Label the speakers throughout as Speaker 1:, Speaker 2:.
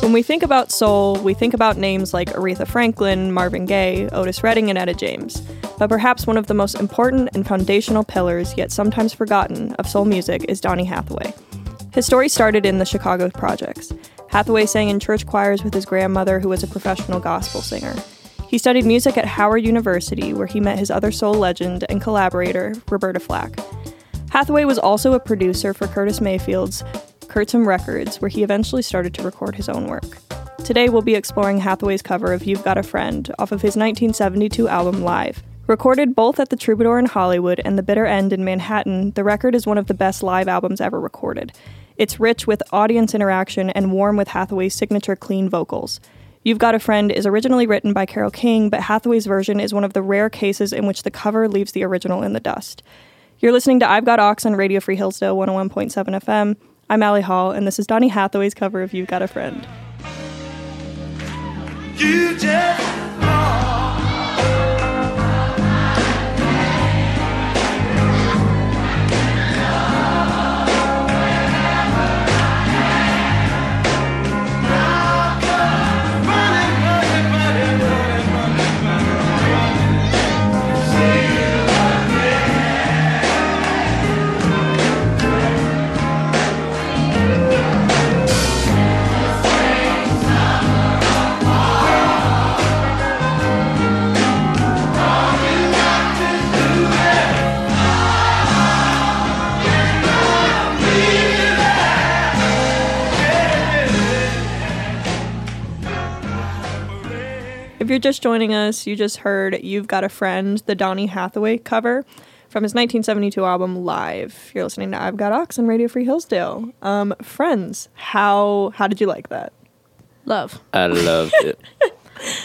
Speaker 1: When we think about soul, we think about names like Aretha Franklin, Marvin Gaye, Otis Redding, and Etta James. But perhaps one of the most important and foundational pillars, yet sometimes forgotten, of soul music is Donny Hathaway. His story started in the Chicago Projects. Hathaway sang in church choirs with his grandmother, who was a professional gospel singer. He studied music at Howard University, where he met his other soul legend and collaborator, Roberta Flack. Hathaway was also a producer for Curtis Mayfield's Kurtzum Records, where he eventually started to record his own work. Today, we'll be exploring Hathaway's cover of You've Got a Friend off of his 1972 album Live. Recorded both at the Troubadour in Hollywood and the Bitter End in Manhattan, the record is one of the best live albums ever recorded. It's rich with audience interaction and warm with Hathaway's signature clean vocals. You've Got a Friend is originally written by Carole King, but Hathaway's version is one of the rare cases in which the cover leaves the original in the dust. You're listening to I've Got Ox on Radio Free Hillsdale 101.7 FM. I'm Allie Hall, and this is Donny Hathaway's cover of You've Got a Friend.
Speaker 2: You just
Speaker 1: If you're just joining us, you just heard You've Got a Friend, the Donny Hathaway cover from his 1972 album Live. You're listening to I've Got Ox on Radio Free Hillsdale. Um, friends, how how did you like that?
Speaker 3: Love.
Speaker 4: I loved it.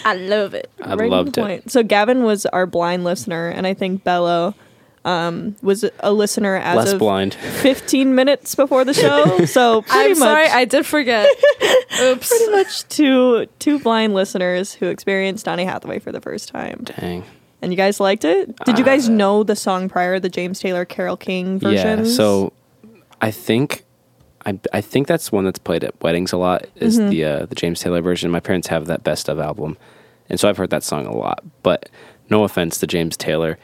Speaker 3: I love it.
Speaker 4: I
Speaker 1: Right to the
Speaker 4: loved it.
Speaker 1: point. So Gavin was our blind listener, and I think Bello um, was a listener as
Speaker 4: Less
Speaker 1: of
Speaker 4: blind.
Speaker 1: 15 minutes before the show. So pretty
Speaker 3: I'm
Speaker 1: much,
Speaker 3: sorry, I did forget. Oops.
Speaker 1: pretty much two two blind listeners who experienced Donny Hathaway for the first time.
Speaker 4: Dang.
Speaker 1: And you guys liked it? Did you guys know the song prior, the James Taylor Carol King version?
Speaker 4: Uh, Yeah. So I think I, I think that's one that's played at weddings a lot is
Speaker 1: Mm-hmm.
Speaker 4: the uh, the James Taylor version. My parents have that best of album, and so I've heard that song a lot. But no offense to James Taylor,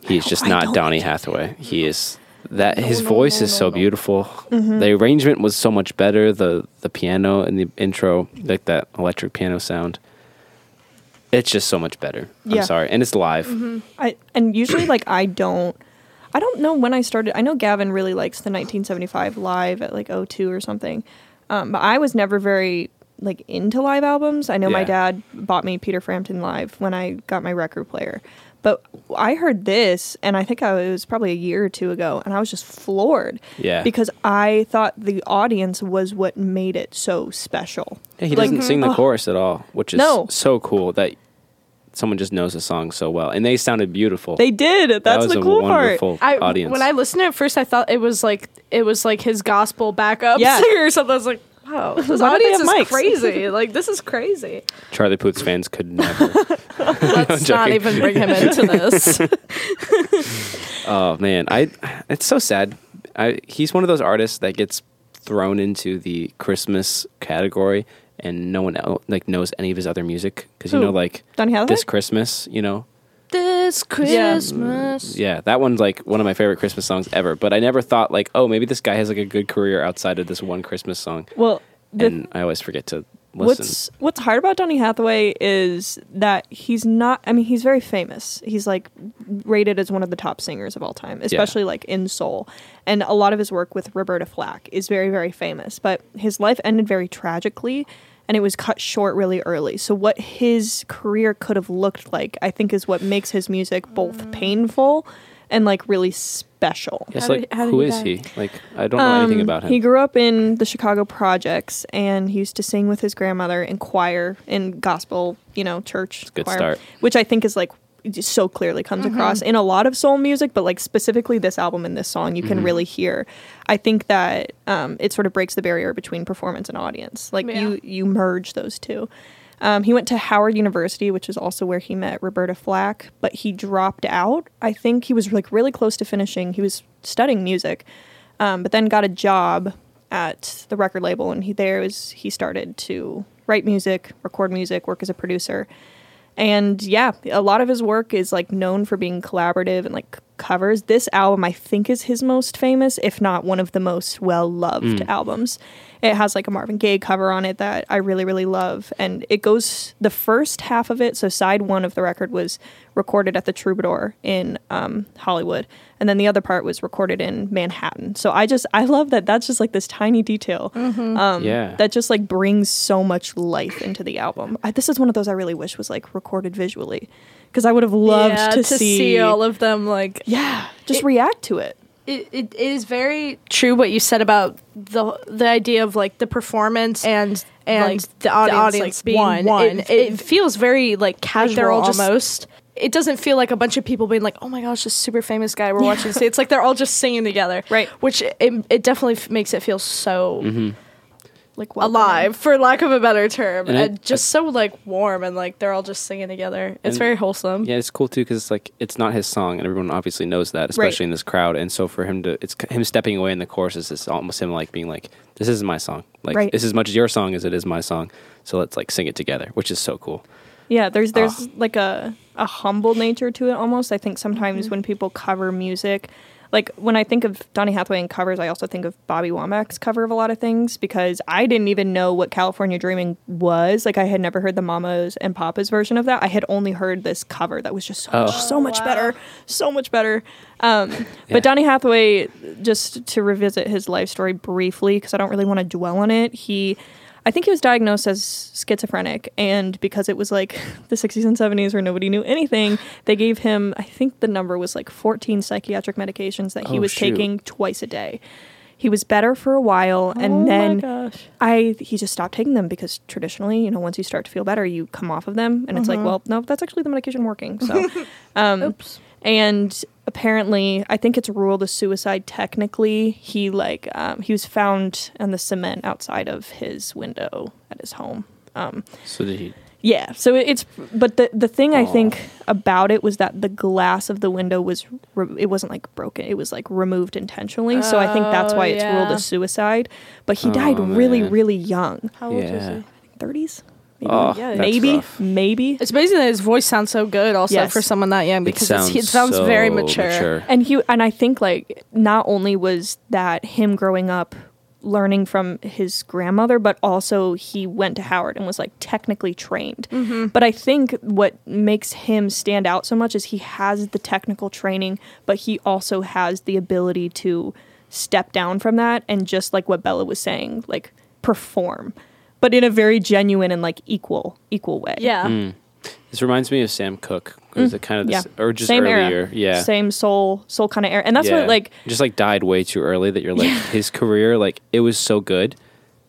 Speaker 4: he's just
Speaker 1: I
Speaker 4: not
Speaker 1: don't
Speaker 4: Donny Hathaway. He is that his voice is so beautiful.
Speaker 1: Mm-hmm.
Speaker 4: The arrangement was so much better. The the piano in the intro, like that electric piano sound. It's just so much better.
Speaker 1: Yeah. Mm-hmm.
Speaker 4: I'm sorry, and it's live.
Speaker 1: I and usually like I don't I don't know when I started. I know Gavin really likes the 1975 live at like 02 or something. Um, but I was never very like into live albums. I know my
Speaker 4: Yeah.
Speaker 1: dad bought me Peter Frampton live when I got my record player. But I heard this and I think I it was probably a year or two ago and I was just floored.
Speaker 4: Yeah.
Speaker 1: Because I thought the audience was what made it so special.
Speaker 4: Yeah, he
Speaker 1: Like- mm-hmm. Oh.
Speaker 4: doesn't sing the chorus at all, which is
Speaker 1: No.
Speaker 4: so cool that someone just knows the song so well. And they sounded beautiful.
Speaker 1: They did. That's
Speaker 4: that was
Speaker 1: the
Speaker 4: a
Speaker 1: cool part.
Speaker 4: wonderful
Speaker 3: I,
Speaker 4: audience.
Speaker 3: When I listened to it first, I thought it was like it was like his gospel backup
Speaker 1: Yeah.
Speaker 3: singer or something. I was like, wow, this
Speaker 1: Why do they
Speaker 3: audience is
Speaker 1: have mics?
Speaker 3: crazy. Like this is crazy.
Speaker 4: Charlie Puth's fans could never.
Speaker 3: Let's
Speaker 4: I'm
Speaker 3: not
Speaker 4: joking.
Speaker 3: even bring him into this.
Speaker 4: oh man, I it's so sad. I he's one of those artists that gets thrown into the Christmas category and no one else, like knows any of his other music cuz you
Speaker 1: Who?
Speaker 4: know like
Speaker 1: Donny Hathaway?
Speaker 4: This Christmas, you know.
Speaker 3: this Christmas.
Speaker 4: Yeah, that one's like one of my favorite Christmas songs ever, but I never thought like, oh, maybe this guy has like a good career outside of this one Christmas song.
Speaker 1: Well, the
Speaker 4: and I always forget to listen.
Speaker 1: What's what's hard about Donny Hathaway is that he's not. I mean, he's very famous. He's like rated as one of the top singers of all time, especially like in soul. And a lot of his work with Roberta Flack is very very famous. But his life ended very tragically, and it was cut short really early. So what his career could have looked like, I think, is what makes his music both painful and like really special.
Speaker 4: Yes,
Speaker 3: How
Speaker 4: like
Speaker 3: did- how did
Speaker 4: who
Speaker 3: he
Speaker 4: is
Speaker 3: die?
Speaker 4: he? Like I don't know anything
Speaker 1: Um,
Speaker 4: about him.
Speaker 1: He grew up in the Chicago Projects, and he used to sing with his grandmother in choir in gospel, you know, church
Speaker 4: good
Speaker 1: choir,
Speaker 4: start.
Speaker 1: which I think is like just so clearly comes across in a lot of soul music, but like specifically this album and this song, you can really hear. I think that um, it sort of breaks the barrier between performance and audience. Like
Speaker 3: Yeah.
Speaker 1: you, you merge those two. Um, he went to Howard University, which is also where he met Roberta Flack, but he dropped out. I think he was like really close to finishing. He was studying music, um, but then got a job at the record label, and he there was he started to write music, record music, work as a producer, and yeah, a lot of his work is like known for being collaborative and like c- covers. This album, I think, is his most famous, if not one of the most well loved albums. It has like a Marvin Gaye cover on it that I really, really love. And it goes the first half of it, so side one of the record was recorded at the Troubadour in um, Hollywood. And then the other part was recorded in Manhattan. So I just, I love that. That's just like this tiny detail um,
Speaker 4: Yeah.
Speaker 1: that just like brings so much life into the album. I, this is one of those I really wish was like recorded visually because I would have loved
Speaker 3: Yeah,
Speaker 1: to, see,
Speaker 3: all of them like
Speaker 1: yeah, just react to it.
Speaker 3: it, it, it is very true what you said about the the idea of like the performance and and
Speaker 2: Like,
Speaker 3: the audience,
Speaker 2: audience
Speaker 3: like, being
Speaker 2: one.
Speaker 3: one.
Speaker 2: It-
Speaker 3: It, it feels very like casual
Speaker 2: they're all just-
Speaker 3: almost. it doesn't feel like a bunch of people being like, "Oh my gosh, this super famous guy we're watching." today." It's like they're all just singing together,
Speaker 1: Right.
Speaker 3: Which it, it definitely f- makes it feel so
Speaker 4: Mm-hmm.
Speaker 1: Like
Speaker 3: alive, for lack of a better term,
Speaker 4: And
Speaker 3: and,
Speaker 4: I-
Speaker 3: just so like warm and like they're all just singing together. It's
Speaker 4: And-
Speaker 3: very wholesome.
Speaker 4: Yeah, it's cool too because it's like it's not his song, and everyone obviously knows that, especially in this crowd. And so for him to, it's k- him stepping away in the chorus is just almost him like being like, "This isn't my song. Like
Speaker 1: Right.
Speaker 4: it's as much as your song as it is my song. So let's like sing it together," which is so cool.
Speaker 1: Yeah, there's there's
Speaker 4: Ah.
Speaker 1: like a a humble nature to it almost. I think sometimes when people cover music, like when I think of Donny Hathaway and covers, I also think of Bobby Womack's cover of a lot of things because I didn't even know what California Dreaming was. Like I had never heard the Mamas and Papas version of that. I had only heard this cover that was just so much, so much better, so much better. Um,
Speaker 4: Yeah.
Speaker 1: But Donny Hathaway, just to revisit his life story briefly, because I don't really want to dwell on it, he, I think he was diagnosed as schizophrenic. And because it was like the 60s and 70s where nobody knew anything, they gave him, I think the number was like 14 psychiatric medications that he
Speaker 4: Oh,
Speaker 1: was
Speaker 4: shoot.
Speaker 1: taking twice a day. He was better for a while,
Speaker 3: Oh
Speaker 4: Oh
Speaker 1: and then I he just stopped taking them because traditionally, you know, once you start to feel better, you come off of them, and it's
Speaker 4: Mm-hmm.
Speaker 1: like, well, no, that's actually the medication working. So, um,
Speaker 3: Oops.
Speaker 1: and apparently i think it's ruled a suicide technically he like um, he was found on the cement outside of his window at his home um,
Speaker 4: So did he?
Speaker 1: yeah so it- it's but the the thing i
Speaker 4: Aw.
Speaker 1: think about it was that the glass of the window was re- it wasn't like broken it was like removed intentionally so i think that's
Speaker 3: Oh,
Speaker 1: why it's ruled
Speaker 3: yeah.
Speaker 1: a suicide but he died
Speaker 4: Oh,
Speaker 1: really
Speaker 4: man.
Speaker 1: really young
Speaker 3: How
Speaker 4: yeah.
Speaker 1: 30s
Speaker 4: Oh,
Speaker 3: Yeah,
Speaker 4: that's
Speaker 1: maybe
Speaker 4: rough.
Speaker 1: maybe
Speaker 3: It's amazing that his voice sounds so good also
Speaker 1: Yes.
Speaker 3: for someone that young because it sounds, it sounds
Speaker 4: so
Speaker 3: very mature.
Speaker 1: and he and i think like not only was that him growing up learning from his grandmother but also he went to howard and was like technically trained
Speaker 3: Mm-hmm.
Speaker 1: but i think what makes him stand out so much is he has the technical training but he also has the ability to step down from that and just like what bella was saying like perform but in a very genuine and like equal equal way
Speaker 3: Yeah.
Speaker 4: Mm. This reminds me of Sam Cooke. Is
Speaker 3: Mm.
Speaker 4: it kind of
Speaker 1: yeah
Speaker 4: this, or just
Speaker 1: same era
Speaker 4: earlier? Yeah.
Speaker 1: same soul soul kind of era and that's
Speaker 4: yeah.
Speaker 1: what like
Speaker 4: just like died way too early that you're like his career like it was so good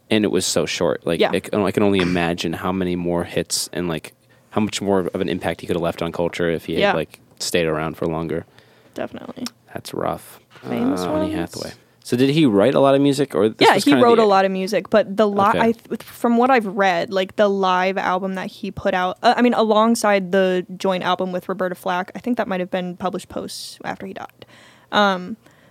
Speaker 4: and it was so short like
Speaker 1: Yeah.
Speaker 4: I can- I can only imagine how many more hits and like how much more of an impact he could have left on culture if he
Speaker 1: Yeah.
Speaker 4: had like stayed around for longer
Speaker 1: definitely
Speaker 4: that's rough
Speaker 1: Famous
Speaker 4: Donny
Speaker 1: ones?
Speaker 4: Hathaway so did he write a lot of music or this
Speaker 1: yeah,
Speaker 4: was
Speaker 1: he
Speaker 4: kinda
Speaker 1: wrote
Speaker 4: the-
Speaker 1: a lot of music, but the lot
Speaker 4: Okay.
Speaker 1: I th- from what I've read, like the live album that he put out, uh, I mean, alongside the joint album with Roberta Flack, I think that might have been published post after he died. Um,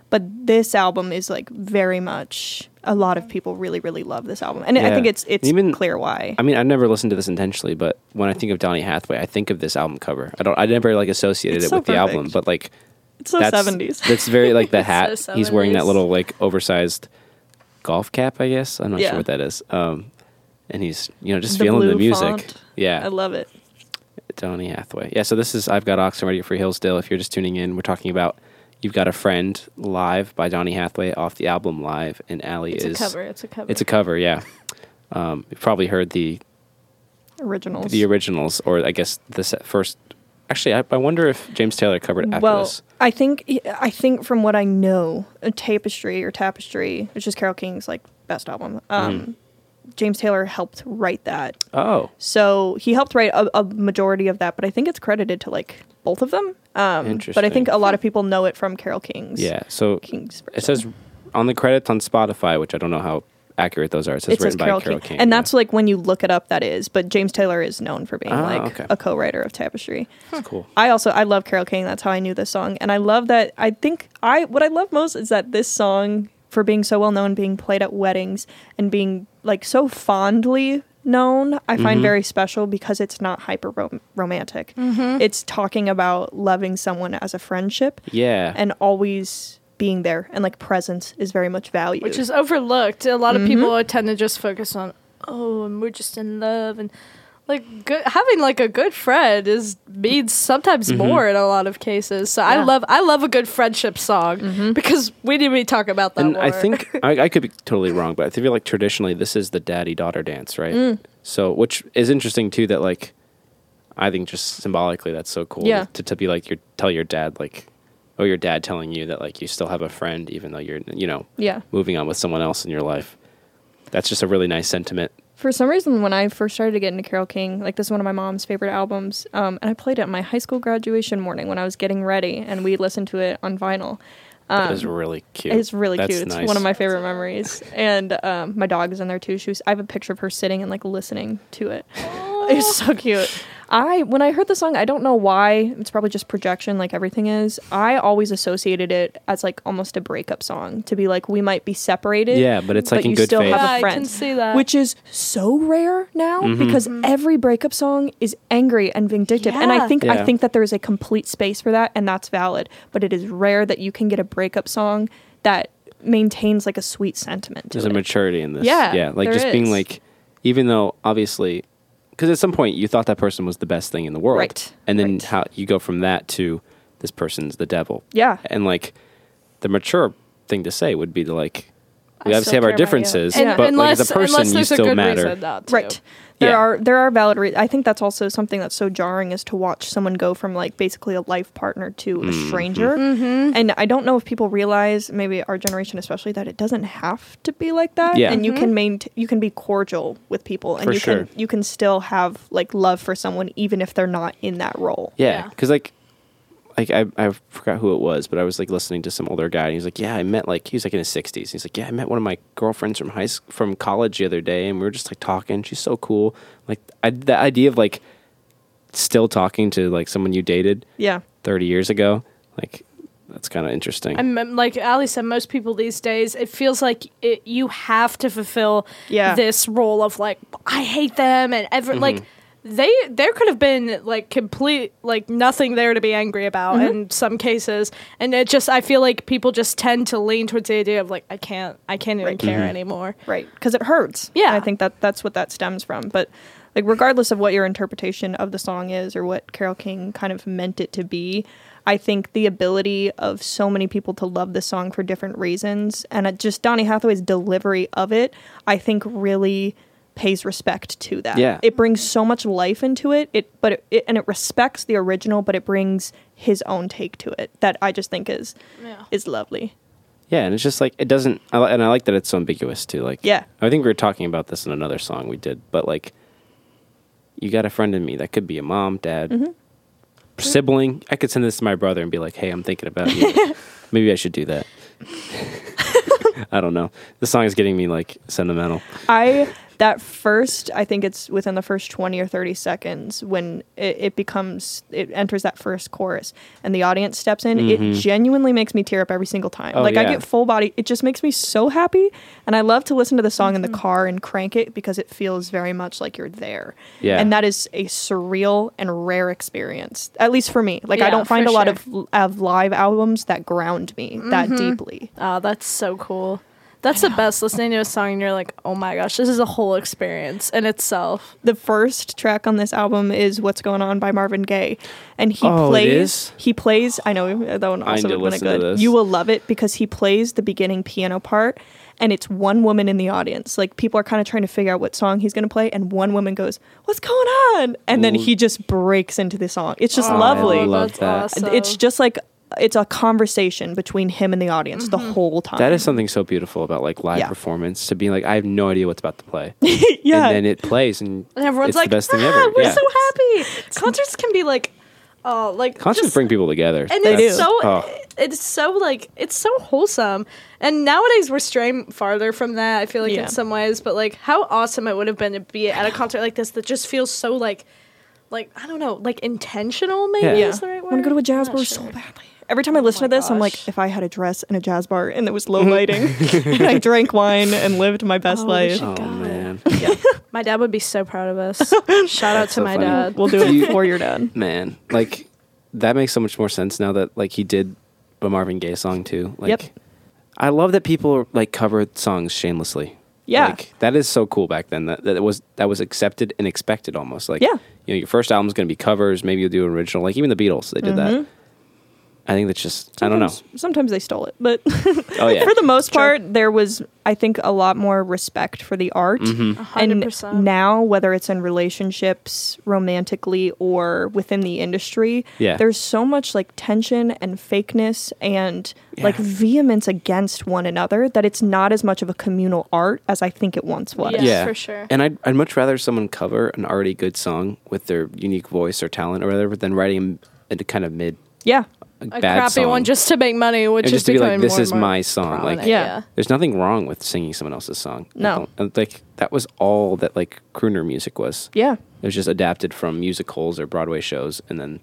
Speaker 1: but this album is like very much a lot of people really really love this album, and I
Speaker 4: Yeah.
Speaker 1: think it's it's
Speaker 4: Even-
Speaker 1: clear why.
Speaker 4: I mean, I've never listened to this intentionally, but when I think of Donny Hathaway, I think of this album cover. I don't. I never like associated
Speaker 1: It's
Speaker 4: it
Speaker 1: so
Speaker 4: with the album,
Speaker 1: perfect.
Speaker 4: but like
Speaker 1: it's so
Speaker 4: that's-
Speaker 1: seventies.
Speaker 4: That's very like the hat.
Speaker 3: so
Speaker 4: He's wearing that
Speaker 3: 70s.
Speaker 4: little like oversized golf cap, I guess. I'm not
Speaker 1: Yeah.
Speaker 4: sure what that is. Um, and he's you know just
Speaker 1: The
Speaker 4: feeling the
Speaker 1: blue
Speaker 4: music.
Speaker 1: font.
Speaker 4: Yeah,
Speaker 1: I love it.
Speaker 4: Donny Hathaway. Yeah, so this is I've got Oxen ready for Hillsdale. If you're just tuning in, we're talking about "You've Got a Friend" live by Donny Hathaway off the album Live, and Allie
Speaker 3: It's
Speaker 4: is
Speaker 3: a cover. It's a cover.
Speaker 4: It's a cover, yeah. Um, you've probably heard the
Speaker 1: Originals.
Speaker 4: the originals, or I guess the se- first. Actually, I, I wonder if James Taylor covered it after
Speaker 1: well,
Speaker 4: this.
Speaker 1: I think I think from what I know, a tapestry or tapestry, which is Carol King's like best album.
Speaker 4: Mm-hmm.
Speaker 1: Um, James Taylor helped write that,
Speaker 4: Oh,
Speaker 1: so he helped write a, a majority of that. But I think it's credited to like both of them. Um, but I
Speaker 4: Interesting.
Speaker 1: think a lot of people know it from Carol King's.
Speaker 4: yeah. So
Speaker 1: King's. Version.
Speaker 4: It says on the credits on Spotify, which I don't know how accurate those are. It says
Speaker 1: it
Speaker 4: written
Speaker 1: says
Speaker 4: by
Speaker 1: Carol, King. and
Speaker 4: yeah.
Speaker 1: that's like when you look it up, that is. But James Taylor is known for being
Speaker 4: Ah,
Speaker 1: like
Speaker 4: okay.
Speaker 1: a co-writer of Tapestry.
Speaker 4: That's cool.
Speaker 1: I also I love Carol King. That's how I knew this song, and I love that. I think I what I love most is that this song for being so well known, being played at weddings, and being like so fondly known, I find very special because it's not hyper rom- romantic. It's talking about loving someone as a friendship
Speaker 4: Yeah.
Speaker 1: and always being there, and like presence is very much valued.
Speaker 3: which is overlooked. A
Speaker 1: Mm-hmm.
Speaker 3: lot of people tend to just focus on, oh, and we're just in love, and like good, having like a good friend is means sometimes
Speaker 4: Mm-hmm.
Speaker 3: more in a lot of cases. So I
Speaker 1: Yeah. Mm-hmm.
Speaker 3: love I love a good friendship song because we didn't really talk about that.
Speaker 4: and I
Speaker 3: more.
Speaker 4: think I, I could be totally wrong, but I feel like traditionally this is the daddy daughter dance, right?
Speaker 1: Mm.
Speaker 4: So, which is interesting too. That like, I think just symbolically that's so cool.
Speaker 1: Yeah.
Speaker 4: To, to be like your tell your dad like, or your dad telling you that like you still have a friend even though you're you know
Speaker 1: yeah.
Speaker 4: moving on with someone else in your life. That's just a really nice sentiment.
Speaker 1: For some reason, when I first started to get into Carole King, like this is one of my mom's favorite albums, um, and I played it at my high school graduation morning when I was getting ready, and we listened to it on vinyl. Um,
Speaker 4: That is really cute.
Speaker 1: It's really
Speaker 4: That's
Speaker 1: cute. It's
Speaker 4: nice.
Speaker 1: one of my favorite memories. And um, my dog is in there too. She was, I have a picture of her sitting and like listening to it. It's so cute. I when I heard the song, I don't know why. It's probably just projection, like everything is. I always associated it as like almost a breakup song to be like we might be separated.
Speaker 4: Yeah, but it's, like, in
Speaker 1: you
Speaker 4: good
Speaker 1: still
Speaker 4: faith.
Speaker 1: have
Speaker 3: Yeah, I
Speaker 1: a friend.
Speaker 3: can see that. Mm-hmm.
Speaker 1: Which is so rare now
Speaker 4: Mm-hmm.
Speaker 1: because every breakup song is angry and vindictive, and I
Speaker 3: Yeah.
Speaker 1: think
Speaker 4: Yeah.
Speaker 1: I think that there is a complete space for that, and that's valid. But it is rare that you can get a breakup song that maintains like a sweet sentiment. To
Speaker 4: there's
Speaker 1: it.
Speaker 4: a maturity in this.
Speaker 1: Yeah,
Speaker 4: yeah. Like
Speaker 1: there
Speaker 4: just being
Speaker 1: is.
Speaker 4: like, even though obviously, because at some point you thought that person was the best thing in the world,
Speaker 1: Right,
Speaker 4: And then
Speaker 1: right.
Speaker 4: how you go from that to this person's the devil.
Speaker 1: Yeah.
Speaker 4: And like, the mature thing to say would be to like, we
Speaker 3: I
Speaker 4: obviously
Speaker 3: still
Speaker 4: have
Speaker 3: care
Speaker 4: our
Speaker 3: about you.
Speaker 4: differences,
Speaker 3: And-
Speaker 4: but
Speaker 3: unless,
Speaker 4: like as a person,
Speaker 3: unless
Speaker 4: you
Speaker 3: there's a
Speaker 4: still
Speaker 3: good
Speaker 4: matter.
Speaker 3: reason not to.
Speaker 1: Right. There
Speaker 4: Yeah.
Speaker 1: are there are valid reasons. I think that's also something that's so jarring is to watch someone go from like basically a life partner to a stranger. Mm-hmm. And I don't know if people realize, maybe our generation especially, that it doesn't have to be like that.
Speaker 4: Yeah.
Speaker 1: And you can maintain, you can be cordial with people, and
Speaker 4: For
Speaker 1: you
Speaker 4: sure.
Speaker 1: can you can still have like love for someone even if they're not in that role.
Speaker 4: Yeah,
Speaker 3: Yeah.
Speaker 4: because like, like I I forgot who it was, but I was like listening to some older guy, and he's like, "Yeah, I met like he was like in his sixties. He's like, "Yeah, I met one of my girlfriends from high school, from college the other day, and we were just like talking. She's so cool. Like I, the idea of like still talking to like someone you dated
Speaker 1: Yeah.
Speaker 4: thirty years ago, like that's kind of interesting.
Speaker 3: And mem- like Ali said, most people these days, it feels like it, you have to fulfill
Speaker 1: Yeah.
Speaker 3: this role of like I hate them and ever like they there could have been like complete like nothing there to be angry about in some cases, and it just I feel like people just tend to lean towards the idea of like I can't I can't even care anymore.
Speaker 1: Right. Because it hurts.
Speaker 3: Yeah.
Speaker 1: I think that that's what that stems from. But like, regardless of what your interpretation of the song is or what Carol King kind of meant it to be, I think the ability of so many people to love this song for different reasons and it just Donny Hathaway's delivery of it, I think really pays respect to that.
Speaker 4: Yeah.
Speaker 1: It brings so much life into it. It but it, it and it respects the original, but it brings his own take to it that I just think is
Speaker 3: Yeah.
Speaker 1: is lovely.
Speaker 4: Yeah, and it's just like it doesn't, I li- and I like that it's so ambiguous too. Like,
Speaker 1: Yeah.
Speaker 4: I think we were talking about this in another song we did, but like, you got a friend in me that could be a mom, dad,
Speaker 3: Mm-hmm.
Speaker 4: sibling. I could send this to my brother and be like, "Hey, I'm thinking about you. Maybe I should do that." I don't know. The song is getting me like sentimental.
Speaker 1: I that first I think it's within the first 20 or 30 seconds when it, it becomes it enters that first chorus and the audience steps in it genuinely makes me tear up every single time
Speaker 4: Mm-hmm. Oh,
Speaker 1: like I
Speaker 4: yeah.
Speaker 1: get full body it just makes me so happy and I love to listen to the song in
Speaker 3: Mm-hmm.
Speaker 1: the car and crank it because it feels very much like you're there
Speaker 4: Yeah.
Speaker 1: and that is a surreal and rare experience at least for me like I
Speaker 3: Yeah,
Speaker 1: don't find
Speaker 3: for
Speaker 1: a lot
Speaker 3: sure.
Speaker 1: of, of live albums that ground me that deeply
Speaker 3: Oh, that's so cool. That's the best listening to a song and you're like, oh my gosh, this is a whole experience in itself.
Speaker 1: the first track on this album is "What's Going On" by Marvin Gaye, and he
Speaker 4: Oh, it
Speaker 1: plays.
Speaker 4: is?
Speaker 1: He plays. I know that one
Speaker 4: I need
Speaker 1: also
Speaker 4: to
Speaker 1: would have
Speaker 4: listen to
Speaker 1: been a good.
Speaker 4: this.
Speaker 1: You will love it because he plays the beginning piano part, and it's one woman in the audience. Like people are kind of trying to figure out what song he's going to play, and one woman goes, "What's going on?" And then
Speaker 4: Ooh.
Speaker 1: he just breaks into the song. It's just
Speaker 4: Oh, I
Speaker 1: lovely.
Speaker 4: love
Speaker 3: That's
Speaker 4: that.
Speaker 3: awesome.
Speaker 1: It's just like it's a conversation between him and the audience the whole time.
Speaker 4: That is
Speaker 3: Um,
Speaker 4: something so beautiful about like live
Speaker 1: Yeah.
Speaker 4: performance to be like, I have no idea what's about to play,
Speaker 1: yeah.
Speaker 4: and then it plays, and,
Speaker 3: And everyone's
Speaker 4: it's
Speaker 3: like,
Speaker 4: the best thing
Speaker 3: "Ah,
Speaker 4: ever.
Speaker 3: we're
Speaker 4: yeah.
Speaker 3: so happy. Concerts can be like, oh, like
Speaker 4: Concerts
Speaker 3: just-
Speaker 4: bring people together.
Speaker 3: and
Speaker 1: They
Speaker 3: it's
Speaker 1: do.
Speaker 3: so
Speaker 4: Oh.
Speaker 3: it's so like it's so wholesome. And nowadays we're straying farther from that. I feel like
Speaker 1: Yeah.
Speaker 3: in some ways, but like how awesome it would have been to be at a concert like this that just feels so like, like I don't know, like intentional. Maybe
Speaker 4: Yeah.
Speaker 3: is the right word.
Speaker 1: Want to go to a
Speaker 3: I'm
Speaker 1: jazz
Speaker 3: not
Speaker 1: bar
Speaker 3: sure.
Speaker 1: so badly. Every time I listen
Speaker 3: Oh my
Speaker 1: to this, I'm like,
Speaker 3: gosh.
Speaker 1: if I had a dress and a jazz bar and it was low lighting, and I drank wine and lived my best
Speaker 3: Oh, we
Speaker 1: life,
Speaker 3: should-
Speaker 4: Oh
Speaker 3: God.
Speaker 4: man,
Speaker 3: My dad would be so proud of us. Shout out to
Speaker 4: so
Speaker 3: my
Speaker 4: funny.
Speaker 3: dad.
Speaker 1: we'll do
Speaker 4: Do you-
Speaker 1: it for your dad.
Speaker 4: man, like that makes so much more sense now that like he did a Marvin Gaye song too. Like,
Speaker 1: Yep.
Speaker 4: I love that people like cover songs shamelessly.
Speaker 1: Yeah.
Speaker 4: like, that is so cool back then. That that it was that was accepted and expected almost. Like,
Speaker 1: Yeah.
Speaker 4: you know, your first album's gonna be covers. Maybe you'll do an original. Like even the Beatles, they did that. I think that's just I don't know.
Speaker 1: Sometimes- Sometimes they stole it, but
Speaker 4: Oh yeah,
Speaker 1: for the most part, there was, I think, a lot more respect for the art.
Speaker 4: Mm-hmm.
Speaker 1: And
Speaker 3: 100%.
Speaker 1: now, whether it's in relationships, romantically, or within the industry,
Speaker 4: Yeah.
Speaker 1: there's so much like tension and fakeness and like
Speaker 4: Yeah.
Speaker 1: vehemence against one another that it's not as much of a communal art as I think it once was.
Speaker 3: Yeah. Yes, for sure.
Speaker 4: And I'd, I'd much rather someone cover an already good song with their unique voice or talent or whatever than writing a kind of mid
Speaker 1: Yeah.
Speaker 4: a
Speaker 3: A
Speaker 4: bad
Speaker 3: crappy
Speaker 4: song.
Speaker 3: one just to make money, which
Speaker 4: and
Speaker 3: is
Speaker 4: just to be like,
Speaker 3: becoming
Speaker 4: this
Speaker 3: more
Speaker 4: is
Speaker 3: and more
Speaker 4: my song. Like,
Speaker 3: prominent,
Speaker 1: Yeah.
Speaker 4: there's nothing wrong with singing someone else's song. I
Speaker 1: No.
Speaker 4: don't- like that was all that like crooner music was.
Speaker 1: Yeah.
Speaker 4: It was just adapted from musicals or Broadway shows, and then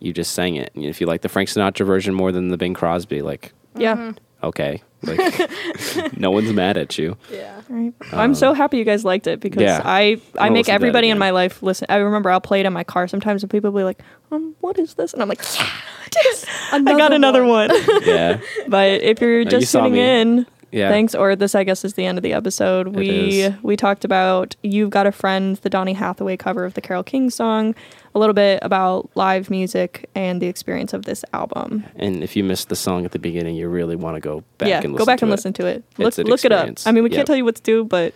Speaker 4: you just sang it. And if you like the Frank Sinatra version more than the Bing Crosby, like
Speaker 1: Yeah.
Speaker 4: okay, like no one's mad at you.
Speaker 3: Yeah.
Speaker 1: All right. I'm so happy you guys liked it because
Speaker 4: Um, yeah.
Speaker 1: I, I
Speaker 4: I'll
Speaker 1: make
Speaker 4: listen to that
Speaker 1: everybody in
Speaker 4: again.
Speaker 1: my life listen. I remember I'll play it in my car sometimes, and people will be like, um, "What is this?" And I'm like, "Yeah, I got another one."
Speaker 4: Yeah,
Speaker 1: but if you're
Speaker 4: No,
Speaker 1: just
Speaker 4: you saw
Speaker 1: tuning
Speaker 4: me.
Speaker 1: in,
Speaker 4: Yeah.
Speaker 1: thanks. Or this, I guess, is the end of the episode. We
Speaker 4: is.
Speaker 1: we talked about "You've Got a Friend," the Donny Hathaway cover of the Carol King song, a little bit about live music and the experience of this album.
Speaker 4: and if you missed the song at the beginning, you really want to go back
Speaker 1: yeah,
Speaker 4: and listen
Speaker 1: go back
Speaker 4: to
Speaker 1: and
Speaker 4: it.
Speaker 1: listen to it.
Speaker 4: It's
Speaker 1: Look
Speaker 4: an
Speaker 1: look
Speaker 4: experience.
Speaker 1: it up. I mean, we
Speaker 4: Yep.
Speaker 1: can't tell you what to do, but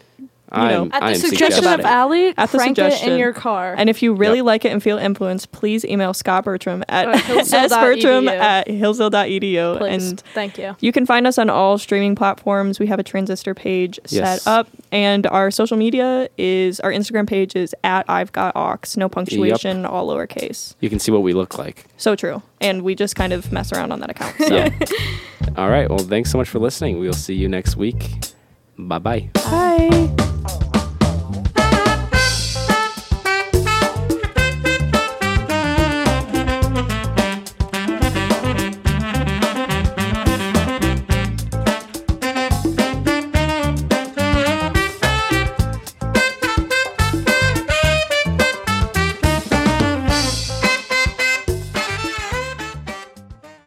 Speaker 4: I'm,
Speaker 3: At the
Speaker 4: I'm
Speaker 3: suggestion of
Speaker 4: suggesting it.
Speaker 3: Allie,
Speaker 1: At the
Speaker 3: crank it
Speaker 1: suggestion.
Speaker 3: in your car.
Speaker 1: and if you really
Speaker 4: Yep.
Speaker 1: like it and feel influenced, please email Scott Bertram at E
Speaker 3: Or hillsdale.edu.
Speaker 1: sbertram at hillsdale.edu
Speaker 3: Please.
Speaker 1: and
Speaker 3: Thank you.
Speaker 1: You can find us on all streaming platforms. We have a transistor page
Speaker 4: Yes.
Speaker 1: set up, and our social media is our Instagram page is at I've Got Ox, no punctuation, all lowercase.
Speaker 4: You can see what we look like.
Speaker 1: So true. And we just kind of mess around on that account. So.
Speaker 4: Yeah. All right. Well, thanks so much for listening. We'll see you next week. Bye bye.
Speaker 1: Bye.